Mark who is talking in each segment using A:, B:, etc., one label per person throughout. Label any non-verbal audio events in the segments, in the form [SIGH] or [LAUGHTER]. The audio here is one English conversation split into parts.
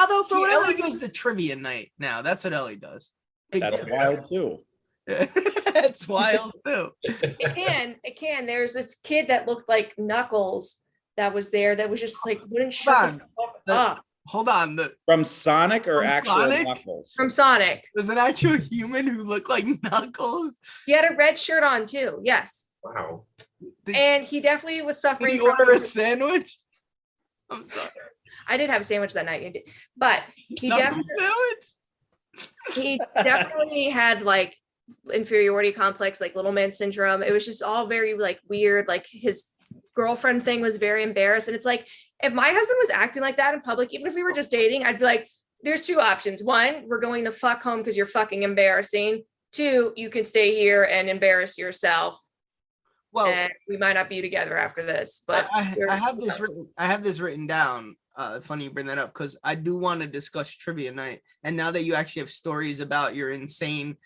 A: Although for
B: See,
A: whatever
B: Ellie goes to trivia night now. That's what Ellie does. Big
C: That's
B: deal.
C: [LAUGHS] wild too.
B: That's [LAUGHS] wild too.
A: it can, it can. There's this kid that looked like Knuckles that was there that was just like wouldn't shut the
B: Fun.
A: fuck
B: The-
A: up
B: Hold on. The,
C: From Sonic or
B: From
C: actual
B: Sonic?
C: Knuckles?
A: from Sonic.
B: there's an actual human who looked like [LAUGHS] Knuckles.
A: He had a red shirt on too. Yes,
D: Wow.
B: Did-
A: and he definitely was
B: Did
A: suffering.
B: he
A: from-
B: order a sandwich? I'm sorry.
A: I did have a sandwich that night, I did- but he
B: Knuckles
A: definitely he definitely had like inferiority complex, like little man syndrome. It was just all very like weird. Like his girlfriend thing was very embarrassed, and it's like if my husband was acting like that in public, even if we were just dating, I'd be like, "There's two options. One, we're going the fuck home because you're fucking embarrassing. Two, you can stay here and embarrass yourself,
B: Well,
A: and we might not be together after this." But
B: Oh. I, I-
A: we're-
B: I have this written. I have this written down. Uh, funny you bring that up because I do want to discuss trivia night. And now that you actually have stories about your insane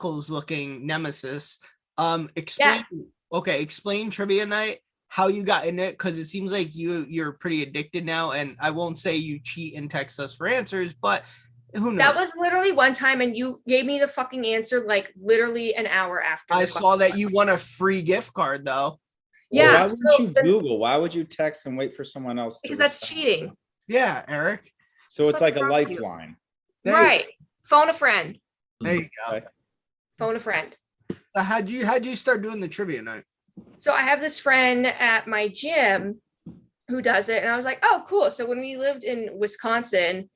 B: Knuckles-looking nemesis, um, explain. Okay, explain trivia night how you got in it because it seems like you you're pretty addicted now. And I won't say you cheat and text us for answers, but who knows?
A: That was literally one time, and you gave me the fucking answer like literally an hour after.
B: I
A: the fucking
B: saw that
A: question.
B: you won a free gift card though.
A: Yeah,
C: Why wouldn't
A: so
C: you
A: then-
C: Google? Why would you text and wait for someone else? to
A: because that's
C: respond?
A: cheating,
B: Yeah, Eric.
C: So
A: What's
C: it's like a
A: wrong with you?
C: lifeline.
B: There you-
A: right? Phone a friend.
B: There you go.
A: Phone a friend.
B: Uh, How'd you how'd you start doing the trivia night?
A: So I have this friend at my gym who does it, and I was like, oh, cool. So when we lived in Wisconsin,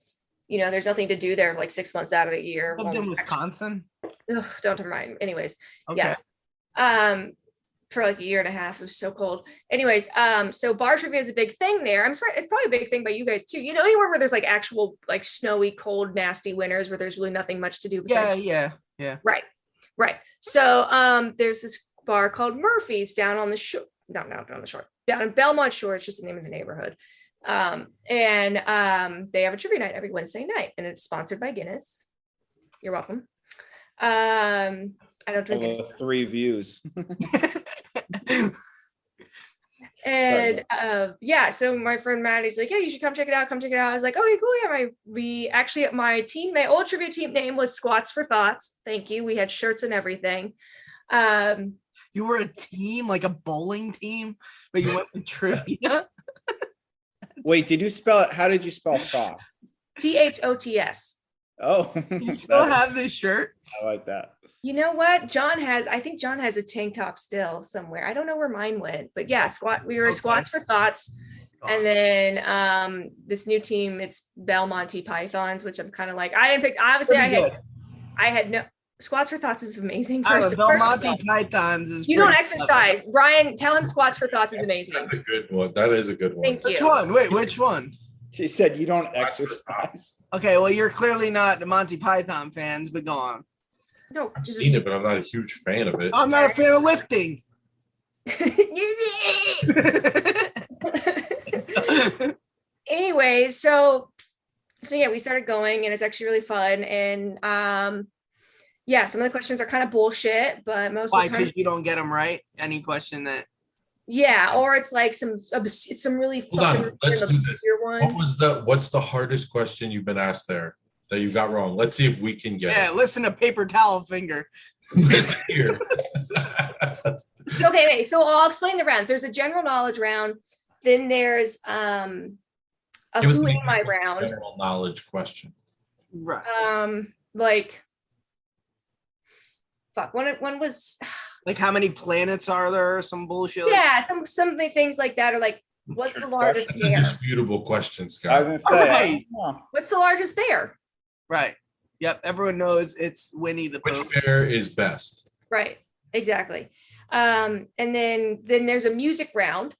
A: you know, there's nothing to do there like six months out of the year.
B: Lived in
A: Well,
B: Wisconsin.
A: ugh, don't mind. Anyways,
B: Okay.
A: yes. Um, for like a year and a half, it was so cold. Anyways, um, so bar trivia is a big thing there. I'm sorry, it's probably a big thing by you guys too. You know, anywhere where there's like actual like snowy, cold, nasty winters where there's really nothing much to do
B: Yeah,
A: besides
B: yeah.
A: Right, right. So um, there's this bar called Murphy's down on the shore. No, no, not on the shore. Down in Belmont Shore. It's just the name of the neighborhood. Um, and um, they have a trivia night every Wednesday night, and it's sponsored by Guinness. You're welcome. Um, I don't drink
C: All
A: Guinness.
C: the three views.
A: And uh, yeah, so my friend Maddie's like, yeah, you should come check it out. Come check it out. I was like, okay, cool. Yeah, my we actually my team, my old trivia team name was Squats for Thoughts. Thank you. We had shirts and everything. Um,
B: You were a team, like a bowling team, but you went [LAUGHS] to trivia.
C: Wait, did you spell it? How did
A: [LAUGHS]
C: you spell thoughts?
A: T H O T S.
C: Oh, [LAUGHS]
B: You
C: that's-
B: still have this shirt?
C: I like that.
A: You know what? John has, I think John has a tank top still somewhere. I don't know where mine went, but yeah, squat. We were
B: Okay.
A: squats for thoughts.
B: Oh.
A: And then um this new team, it's Belmonte Pythons, which I'm kind of like, I didn't pick obviously I
B: Pretty
A: had
B: good.
A: I had no squats for thoughts is amazing.
B: I
A: First,
B: don't know,
A: first
B: Monty Python's is
A: you don't
B: pretty clever.
A: exercise. Ryan, tell him squats for thoughts is amazing.
D: That's a good one. That is a good one.
A: Thank
B: Which
A: you.
B: one? Wait, which one?
C: She said you don't
D: That's for [LAUGHS]
C: exercise.
B: Okay, well, you're clearly not the Monty Python fans, but go on.
A: No,
D: I've seen it, but I'm not a huge fan of it.
B: I'm not a fan
A: [LAUGHS]
B: of lifting.
A: anyway, so so yeah, we started going and it's actually really fun. And um yeah, some of the questions are kind of bullshit, but most of
B: Why?
A: the time,
B: Because you don't get them right. Any question that
A: yeah, or it's like some obs- some really
D: Hold on,
A: fucking
D: let's do this.
A: obscure
D: What
A: one.
D: was the what's the hardest question you've been asked there that you got wrong? Let's see if we can
B: yeah,
D: get
B: listen to paper towel finger.
D: it [LAUGHS] this year.
A: Okay, wait, so I'll explain the rounds. There's a general knowledge round, then there's um a
D: It was
A: who
D: like-
A: am I round.
D: General knowledge question.
B: Right.
A: Um like fuck, one one was
B: Like how many planets are there or some bullshit? like-
A: yeah, some some of the things like that are like, what's the largest
D: That's a
A: bear?
D: disputable question,
C: I was
D: Scott.
C: gonna say. I
B: Right.
C: don't know.
A: What's the largest bear?
B: Right. Yep. Everyone knows it's Winnie the Pooh.
D: Which bear is best?
A: Right, exactly. Um, and then then there's a music round,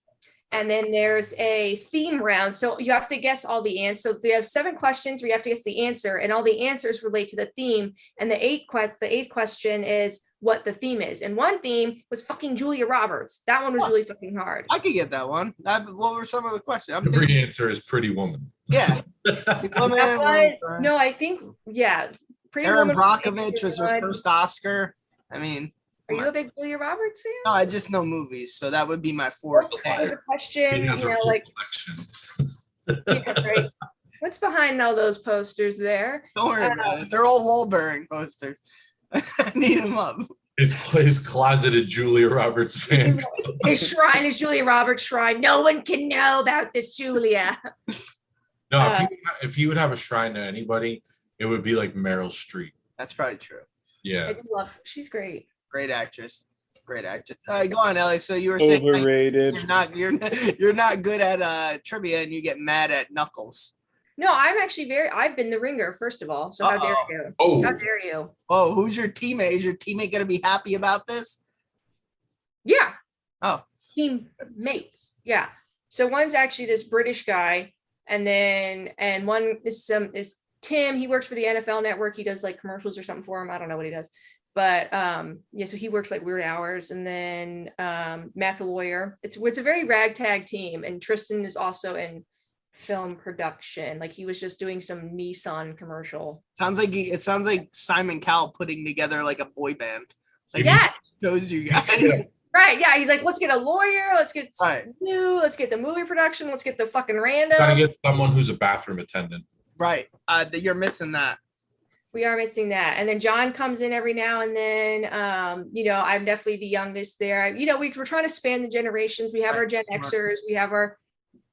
A: and then there's a theme round. So you have to guess all the answers. So we have seven questions where you have to guess the answer, and all the answers relate to the theme. And the eighth quest, the eighth question is what the theme is. And one theme was fucking Julia Roberts. That one was really fucking hard.
B: I could get that one. I, what were some of the questions? I'm thinking,
D: Every answer is Pretty Woman.
B: yeah. [LAUGHS] Woman,
A: That's why-
B: Woman,
A: No, I think yeah. Pretty
B: Erin
A: Woman was the
B: Brockovich
A: easiest
B: was her
A: one.
B: first Oscar. I mean,
A: Are you a big Julia Roberts fan?
B: no, I just know movies, so that would be my fourth.
A: That was a question,
D: Maybe
A: you
D: that's a
A: know,
D: whole
A: like,
D: collection.
A: yeah, right. What's behind all those posters there?
B: Don't worry about it. They're all Wahlberg posters. [LAUGHS] Need them up.
D: His, his closeted Julia Roberts fan.
A: His shrine is Julia Roberts' shrine. No one can know about this Julia.
D: No, if he, if he would have a shrine to anybody, it would be like Meryl Streep.
B: That's probably true.
A: I
D: Yeah.
A: do love. She's great.
B: Great actress. Great actress. All right, go on, Ellie. So you were saying like,
C: Overrated.
B: you're not you're [LAUGHS] you're not good at uh trivia and you get mad at Knuckles.
A: No, I'm actually very. I've been the ringer first of all. So how dare
B: Uh-oh.
A: you?
D: Oh,
A: How dare you?
B: Oh, who's your teammate? Is your teammate gonna be happy about this?
A: Yeah.
B: Oh.
A: Teammates. Yeah. So one's actually this British guy, and then and one is some is Tim. He works for the NFL Network. He does like commercials or something for him. I don't know what he does, but um yeah. So he works like weird hours, and then um Matt's a lawyer. It's it's a very ragtag team, and Tristan is also in film production. Like he was just doing some Nissan commercial.
B: Sounds like he- it sounds like Simon Cowell putting together like a boy band. Like
A: Yeah,
B: shows you guys.
A: Right. Yeah. He's like, let's get a lawyer. Let's get
B: Right.
A: new. Let's get the movie production. Let's get the fucking random.
D: gotta get someone who's a bathroom attendant.
B: right. Uh that you're missing that.
A: we are missing that. And then John comes in every now and then. Um, you know, I'm definitely the youngest there. You know, we, we're trying to span the generations. We have our Gen
B: Right.
A: Xers. We have our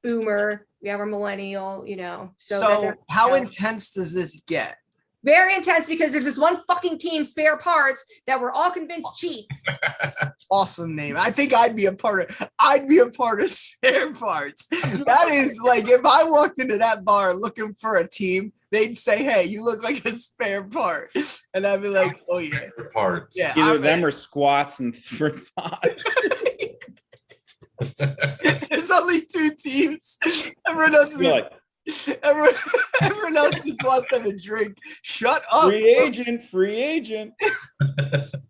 A: boomer. We have our millennial. You know, so,
B: So,
A: that- that-
B: how
A: so-
B: intense does this get?
A: very intense because there's this one fucking team spare parts that we're all convinced
B: [LAUGHS]
A: cheats.
B: Awesome name. I think I'd be a part of I'd be a part of [LAUGHS] spare parts. That is like if I walked into that bar looking for a team, they'd say, Hey, you look like a spare part. And I'd be like, Oh yeah. [LAUGHS]
D: Favorite Parts.
B: Yeah.
C: Either
B: I'm
C: them or squats and [LAUGHS] for thoughts.
A: [LAUGHS]
B: There's only two teams. Everyone else is
C: Look,
B: everyone, [LAUGHS] everyone else just wants to have a drink. Shut
A: Oh.
B: up.
C: free agent, free agent.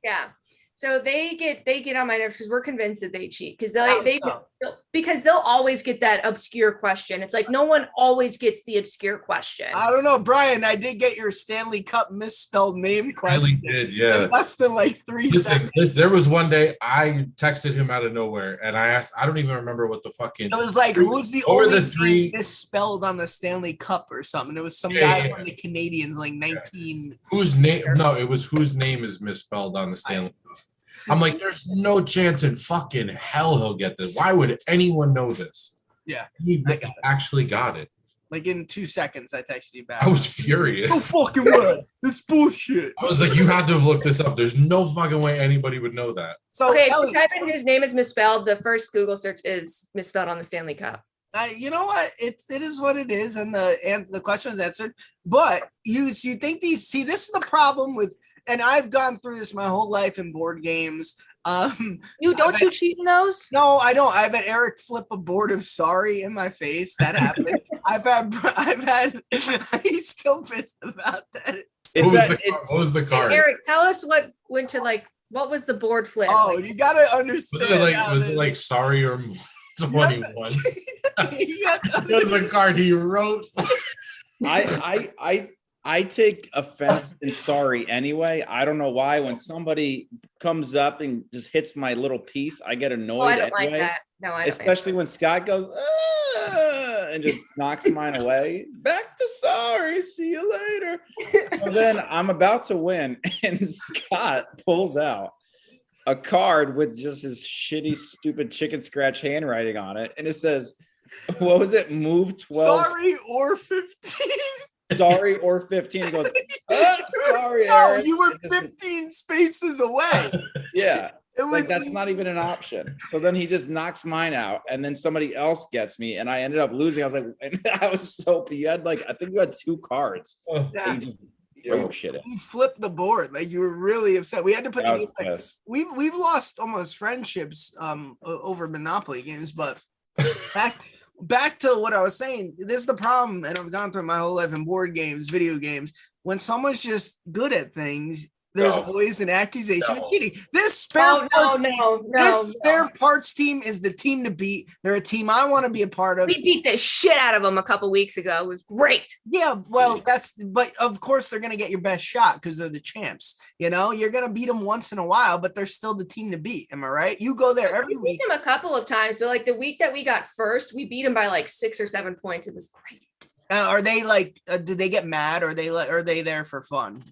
A: yeah. So they get they get on my nerves because we're convinced that they cheat because they
B: How
A: they
B: so?
A: They'll- because they'll always get that obscure question. It's like no one always gets the obscure question.
B: I don't know, Brian. I did get your Stanley Cup misspelled name
D: Really
B: question.
D: did, yeah.
B: in Less than like three
D: Listen,
B: seconds.
D: listen, there was one day I texted him out of nowhere and I asked, I don't even remember what the fucking
B: It was like, who's the
D: Or the
B: only
D: three-
B: three misspelled on the Stanley Cup or something? It was some
D: Yeah,
B: guy
D: yeah,
B: from the Canadians, like 19.
D: whose name no it was whose name is misspelled on the stanley Cup. i'm like there's no chance in fucking hell he'll get this why would anyone know this
B: Yeah.
D: he
B: I got
D: actually got it
B: Like in two seconds, I texted you back.
D: i
B: [LAUGHS]
D: was
B: no
D: furious
B: fucking way. This bullshit.
D: i was like you had to have looked this up there's no fucking way anybody would know that
B: So,
A: okay, if
B: Oh, Ellie,
A: you type in his name is misspelled. The first Google search is misspelled on the Stanley Cup.
B: I, you know what? It's it is what it is, and the and the question was answered. But you so you think these see this is the problem with, and I've gone through this my whole life in board games. Um, [LAUGHS]
A: You
B: don't
A: don't
B: bet-
A: you cheat in those?
B: no, I don't. I've had Eric flip a board of sorry in my face. That
C: [LAUGHS]
B: happened. I've had I've had [LAUGHS] he's still pissed about that.
D: what
C: It's
D: was,
C: that,
D: the, car-
C: it's,
D: what was the card
A: Eric, tell us what went to like what was the board flip?
B: Oh,
A: Like,
B: you gotta
D: was
B: understand.
D: it like
B: how
D: was
B: this-
D: it like sorry or [LAUGHS] 21
B: [LAUGHS] you got to
D: it was a card he
B: [LAUGHS]
D: wrote
C: I, I, I, I take offense and sorry anyway. I don't know why. When somebody comes up and just hits my little piece, I get annoyed
A: oh, I don't like
C: anyway.
A: that. No, I don't.
C: Especially when Scott goes "Ah," and just knocks mine away. Back to sorry. See you later. So then I'm about to win, [LAUGHS] and Scott pulls out a card with just his shitty, stupid chicken scratch handwriting on it, and it says, "What was it? Move twelve,
B: sorry
C: sorry,
B: or fifteen.
C: or fifteen. He goes, "Ah,
B: [LAUGHS]
C: "Sorry,
B: No,
C: Eric."
B: you were
C: It just-
B: fifteen spaces away.
C: Yeah,
B: It was
C: like that's not even an option. So then he just knocks mine out, and then somebody else gets me, and I ended up losing. I was like, [LAUGHS] and I was so you had like I think you had two cards. that
B: Yeah,
C: You just throw shit at.
B: you flipped the board. Like you were really upset. We had to put
C: I
B: the
C: was
B: game back.
C: pissed.
B: We've we've lost almost friendships um o- over Monopoly games, but back back to what I was saying. This is the problem, and I've gone through my whole life in board games, video games. When someone's just good at things, there's
D: No.
B: always an accusation
D: No.
B: of cheating. This spare
A: oh no,
B: parts,
A: no, no,
B: this spare
A: no.
B: parts team is the team to beat. They're a team I want to be a part of.
A: We beat the shit out of him a couple weeks ago. It was great.
B: Yeah, well, that's but of course they're gonna get your best shot because they're the champs. You know, you're gonna beat them once in a while, but they're still the team to beat. Am I right? You go there every
A: We beat
B: week.
A: him a couple of times, but like the week that we got first, we beat him by like six or seven points. It was great.
B: Now, are they like? Uh, do they get mad? Or are they like? Are they there for fun?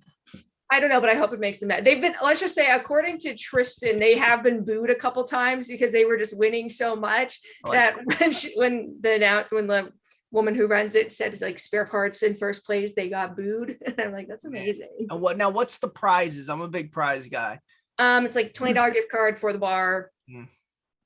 A: I don't know, but I hope it makes them mad. They've been, let's just say, according to Tristan, they have been booed a couple times because they were just winning so much
B: I like
A: that when she, when the annou- when the woman who runs it said like spare parts in first place, they got booed. [LAUGHS] And I'm like, that's amazing.
B: And what now? What's the prizes? I'm a big prize guy.
A: Um, it's like twenty
B: Hmm.
A: dollar gift card for the bar,
B: Mm.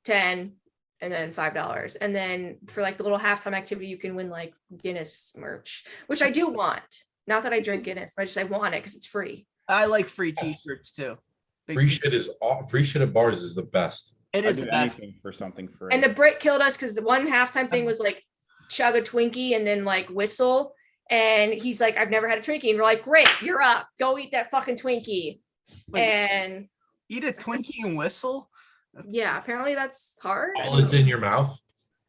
A: ten, and then five dollars, and then for like the little halftime activity, you can win like Guinness merch, which I do want. Not that I
B: Mm-hmm.
A: drink Guinness, but I just I want it because it's free.
B: I like free
D: Yes.
B: t-shirts too. Big
D: Free
B: t-
D: shit is all free shit at bars is the best.
B: It
C: I'd
B: is
C: do
B: the best.
C: anything for something
A: [LAUGHS]
C: free.
A: And the Brit killed us because the one halftime thing was like chug a Twinkie and then like whistle. And he's like, I've never had a Twinkie. And we're like, great, you're up. Go eat that fucking Twinkie.
B: Wait,
A: and
B: Eat a Twinkie and whistle. That's-
A: yeah, apparently that's hard.
D: All it's in your mouth,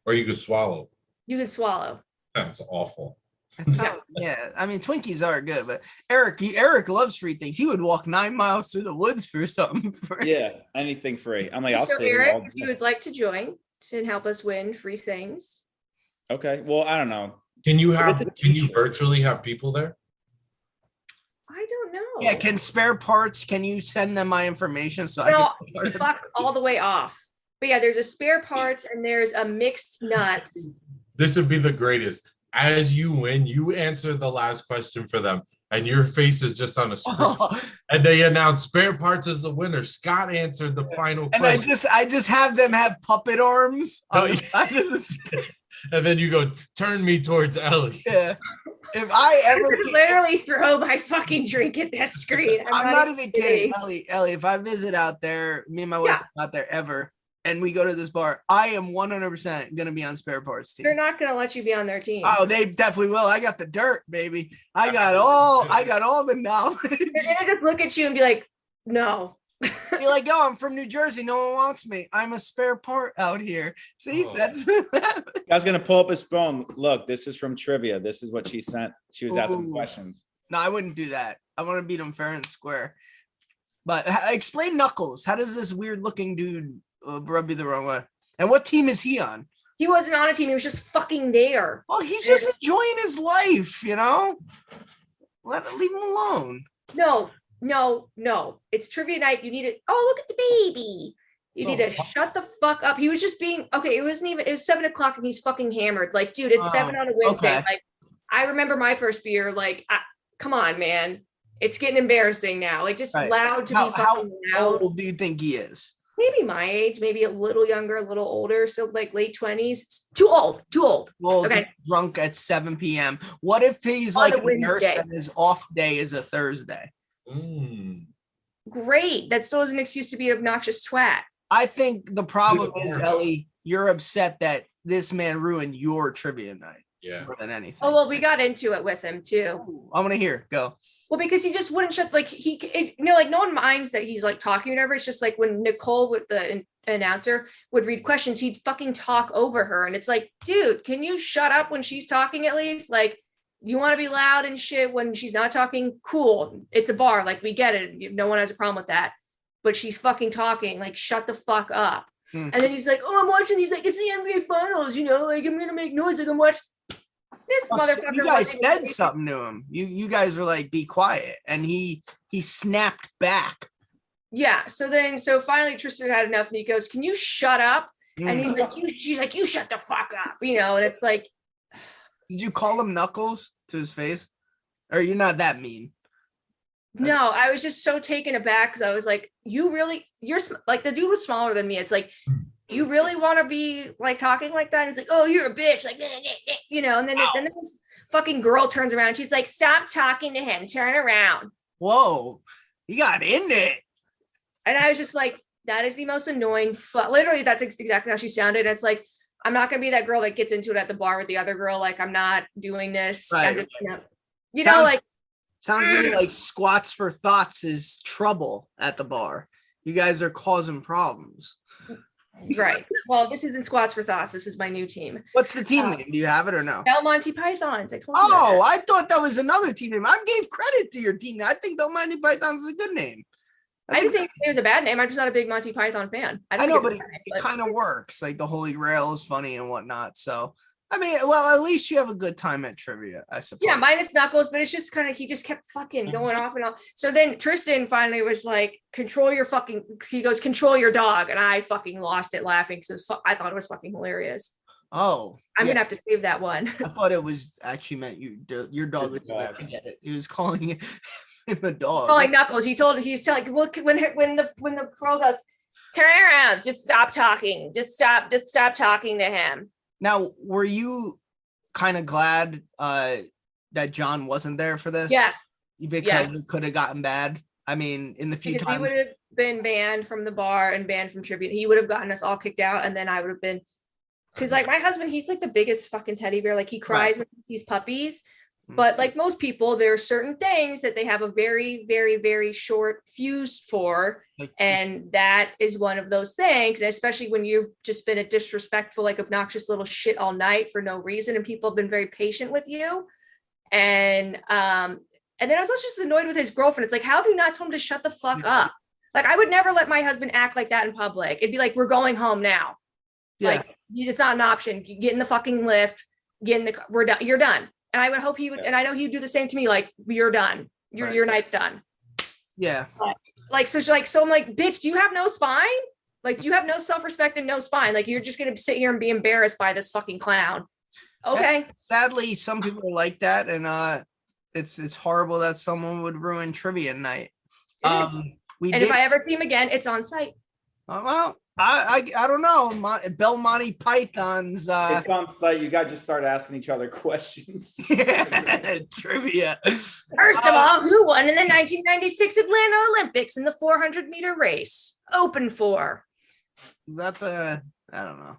D: or you could swallow.
A: You can swallow.
D: That's awful.
B: that's not- yeah, I mean Twinkies are good, but Eric, he, Eric loves free things. He would walk nine miles through the woods for something. [LAUGHS] For,
C: yeah, anything free. I'm like, I'll
A: so,
C: save it
A: Eric,
C: all
A: if you
C: day.
A: would like to join and help us win free things,
C: [LAUGHS] Okay. Well, I don't know.
D: Can you
C: But
D: have?
C: it's a
D: Can you
C: t-shirt.
D: virtually have people there?
A: I don't know.
B: Yeah, can spare parts? Can you send them my information so I
A: no,
B: can? part of-
A: fuck all the way off. But yeah, there's a spare parts and there's a mixed nuts.
D: This would be the greatest. As you win, you answer the last question for them, and your face is just on
B: [LAUGHS]
D: a screen.
A: [LAUGHS]
B: Oh.
D: And they announce spare parts as the winner. Scott answered the final
B: and I
D: question,
B: just, I just have them have puppet arms.
D: No,
A: Oh,
B: on the
D: you-
B: side of the s-
D: and then you go, "Turn me towards Ellie."
B: yeah. If I
A: I
B: ever,
A: could [LAUGHS]
B: get-
A: literally throw my fucking drink at that screen.
B: I'm not even kidding,
A: kidding.
B: Ellie. Ellie, if I visit out there, me and my wife
A: Yeah.
B: are out there ever, and we go to this bar, I am 100% gonna be on spare parts
A: They're
B: team.
A: not gonna let you be on their team.
B: Oh, they definitely will. I got the dirt, baby. I got all, I got all the knowledge. [LAUGHS]
A: They're gonna just look at you and be like, "No."
B: Be like, oh, I'm from New Jersey. No one wants me. I'm a spare part out here. See,
D: Oh.
B: that's [LAUGHS]
C: Guy's gonna pull up his phone. Look, this is from trivia. This is what she sent. She was asking
B: Ooh.
C: questions.
B: no, I wouldn't do that. I want to beat him fair and square. But h- explain Knuckles. How does this weird looking dude uh, rub you the wrong way? And what team is he on?
A: he wasn't on a team. He was just fucking there.
B: Well, he's just enjoying his life, you know. Let leave him alone.
A: No, no, no. It's trivia night. You need it. Oh, look at the baby. You need
B: Oh,
A: to shut the fuck up. He was just being okay. It wasn't even. It was seven o'clock and he's fucking hammered. Like, dude, it's seven
B: Oh,
A: on a Wednesday.
B: okay.
A: Like, I remember my first beer. Like, I, come on, man. It's getting embarrassing now. Like, just
B: Right.
A: loud to
B: How-
A: be
B: how
A: fucking
B: How
A: loud.
B: old do you think he is?
A: maybe my age, maybe a little younger, a little older. So like late twenties. Too old. Too old.
B: Well,
A: Okay.
B: drunk at 7 p.m. What if he's
A: On a
B: like a nurse
A: Wednesday.
B: and his off day is a Thursday?
D: Mm.
A: Great. That still is an excuse to be an obnoxious twat.
B: I think the problem
D: He's a
B: is,
D: dork.
B: Ellie, you're upset that this man ruined your trivia night
D: Yeah.
B: more than anything.
A: Oh well, we got into it with him too.
B: I'm gonna hear. Go.
A: Well, because he just wouldn't shut. Like he, it, you know, like no one minds that he's like talking or whatever. It's just like when Nicole with the an- announcer would read questions, he'd fucking talk over her, and it's like, dude, can you shut up when she's talking at least? Like, you want to be loud and shit when she's not talking. Cool, it's a bar. Like we get it. You- No one has a problem with that. But she's fucking talking. Like shut the fuck up.
B: Hmm.
A: And then he's like, oh, I'm watching. He's like, it's the NBA finals. You know, like I'm gonna make noise. Like I'm watching. This
B: Oh, so
A: motherfucker.
B: You guys
A: wasn't-
B: said something to him. You you guys were like, "Be quiet," and he he snapped back.
A: Yeah. So then, so finally, Tristan had enough, and he goes, "Can you shut up?" And
B: Mm.
A: he's like, you, "She's like, you shut the fuck up," you know. And it's like,
B: Did you call him Knuckles to his face? Or you're not that mean. That's-
A: no, I was just so taken aback because I was like, "You really? You're sm- like the dude was smaller than me. It's like." You
B: Mm.
A: really want to be like talking like that? And he's like, "Oh, you're a bitch," like, you know. And then, then this fucking girl turns around. She's like, "Stop talking to him. Turn around."
B: Whoa, he got in it.
A: And I was just like, that is the most annoying. Fu-. Literally, that's ex- exactly how she sounded. It's like, I'm not gonna be that girl that gets into it at the bar with the other girl. Like, I'm not doing this. I'm
B: Right,
A: just gonna, you know,
B: Sounds- [LAUGHS]
A: like,
B: Sounds to
A: Mm.
B: me like squats for thoughts is trouble at the bar. You guys are causing problems.
A: right. Well, this isn't squats for thoughts. This is my new team,
B: What's the team
A: Uh,
B: name? Do you have it or no?
A: Belmonte Pythons. I told you.
B: Oh,
A: that.
B: I thought that was another team name. I gave credit to your team. name. I think Don't Mind Me Python's a good name.
A: I didn't think it was a bad name. I'm just not a big Monty Python fan. I,
B: I
A: don't
B: know,
A: think
B: but
A: it's a
B: it,
A: bad name,
B: it kind of works. Like the Holy Grail is funny and whatnot. So I mean, well, at least you have a good time at trivia, I suppose.
A: Yeah, minus Knuckles, but it's just kind of he just kept fucking going off and on. So then Tristan finally was like, "Control your fucking." He goes, "Control your dog," and I fucking lost it laughing because fu- I thought it was fucking hilarious.
B: oh,
A: I'm
B: yeah,
A: gonna have to save that one.
B: I thought it was actually meant you. do- Your dog was.
C: Your
B: I
C: dog.
B: get it. He was calling it [LAUGHS] the dog.
A: Calling Knuckles, he told he was telling well, when when the when the girl goes, "Turn around, just stop talking, just stop, just stop talking to him."
B: Now, were you kind of glad uh that John wasn't there for this?
A: Yes,
B: Because it could have gotten bad. I mean, in the few
A: because he
B: times
A: would have been banned from the bar and banned from tribute. He would have gotten us all kicked out, and then I would have been because like my husband, he's like the biggest fucking teddy bear. Like he cries when he sees puppies.
B: Hmm. Mm-hmm.
A: But like most people, there are certain things that they have a very, very, very short fuse for.
B: Like-
A: And that is one of those things. And especially when you've just been a disrespectful, like obnoxious little shit all night for no reason. And people have been very patient with you. And um, and then I was also just annoyed with his girlfriend. It's like, how have you not told him to shut the fuck
B: Yeah.
A: up? Like I would never let my husband act like that in public. It'd be like, we're going home now.
B: yeah,
A: Like you- it's not an option. You Get in the fucking lift. Get in the. c- We're done. You're done. And I would hope he would.
C: Yeah.
A: And I know he'd do the same to me. Like you're done. Your
B: Right.
A: your night's done.
B: yeah,
A: Like so. She's like so. I'm like, bitch. Do you have no spine? Like do you have no self respect and no spine? Like you're just gonna sit here and be embarrassed by this fucking clown. Okay.
B: sadly, some people are like that, and uh, it's it's horrible that someone would ruin trivia night.
A: It is.
B: Um, we
A: and
B: did.
A: if I ever see him again, it's on site.
B: uh, well, I, I I don't know. Mon- Belmonte Python's uh,
C: It's on site. You got to just start asking each other [LAUGHS] questions.
B: [LAUGHS] trivia.
A: First of
B: Uh,
A: all, who won in the 1996 Atlanta Olympics in the 400 meter race? Open for.
B: Is that the? I don't know.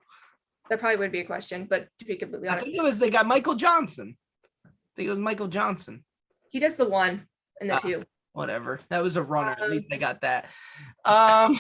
A: That probably would be a question, but to be completely
B: I
A: honest,
B: think it was they got Michael Johnson. I think it was Michael Johnson.
A: he does the one and the
B: Ah.
A: two.
B: whatever. That was a runner. At least
A: Um,
B: I got that. Um,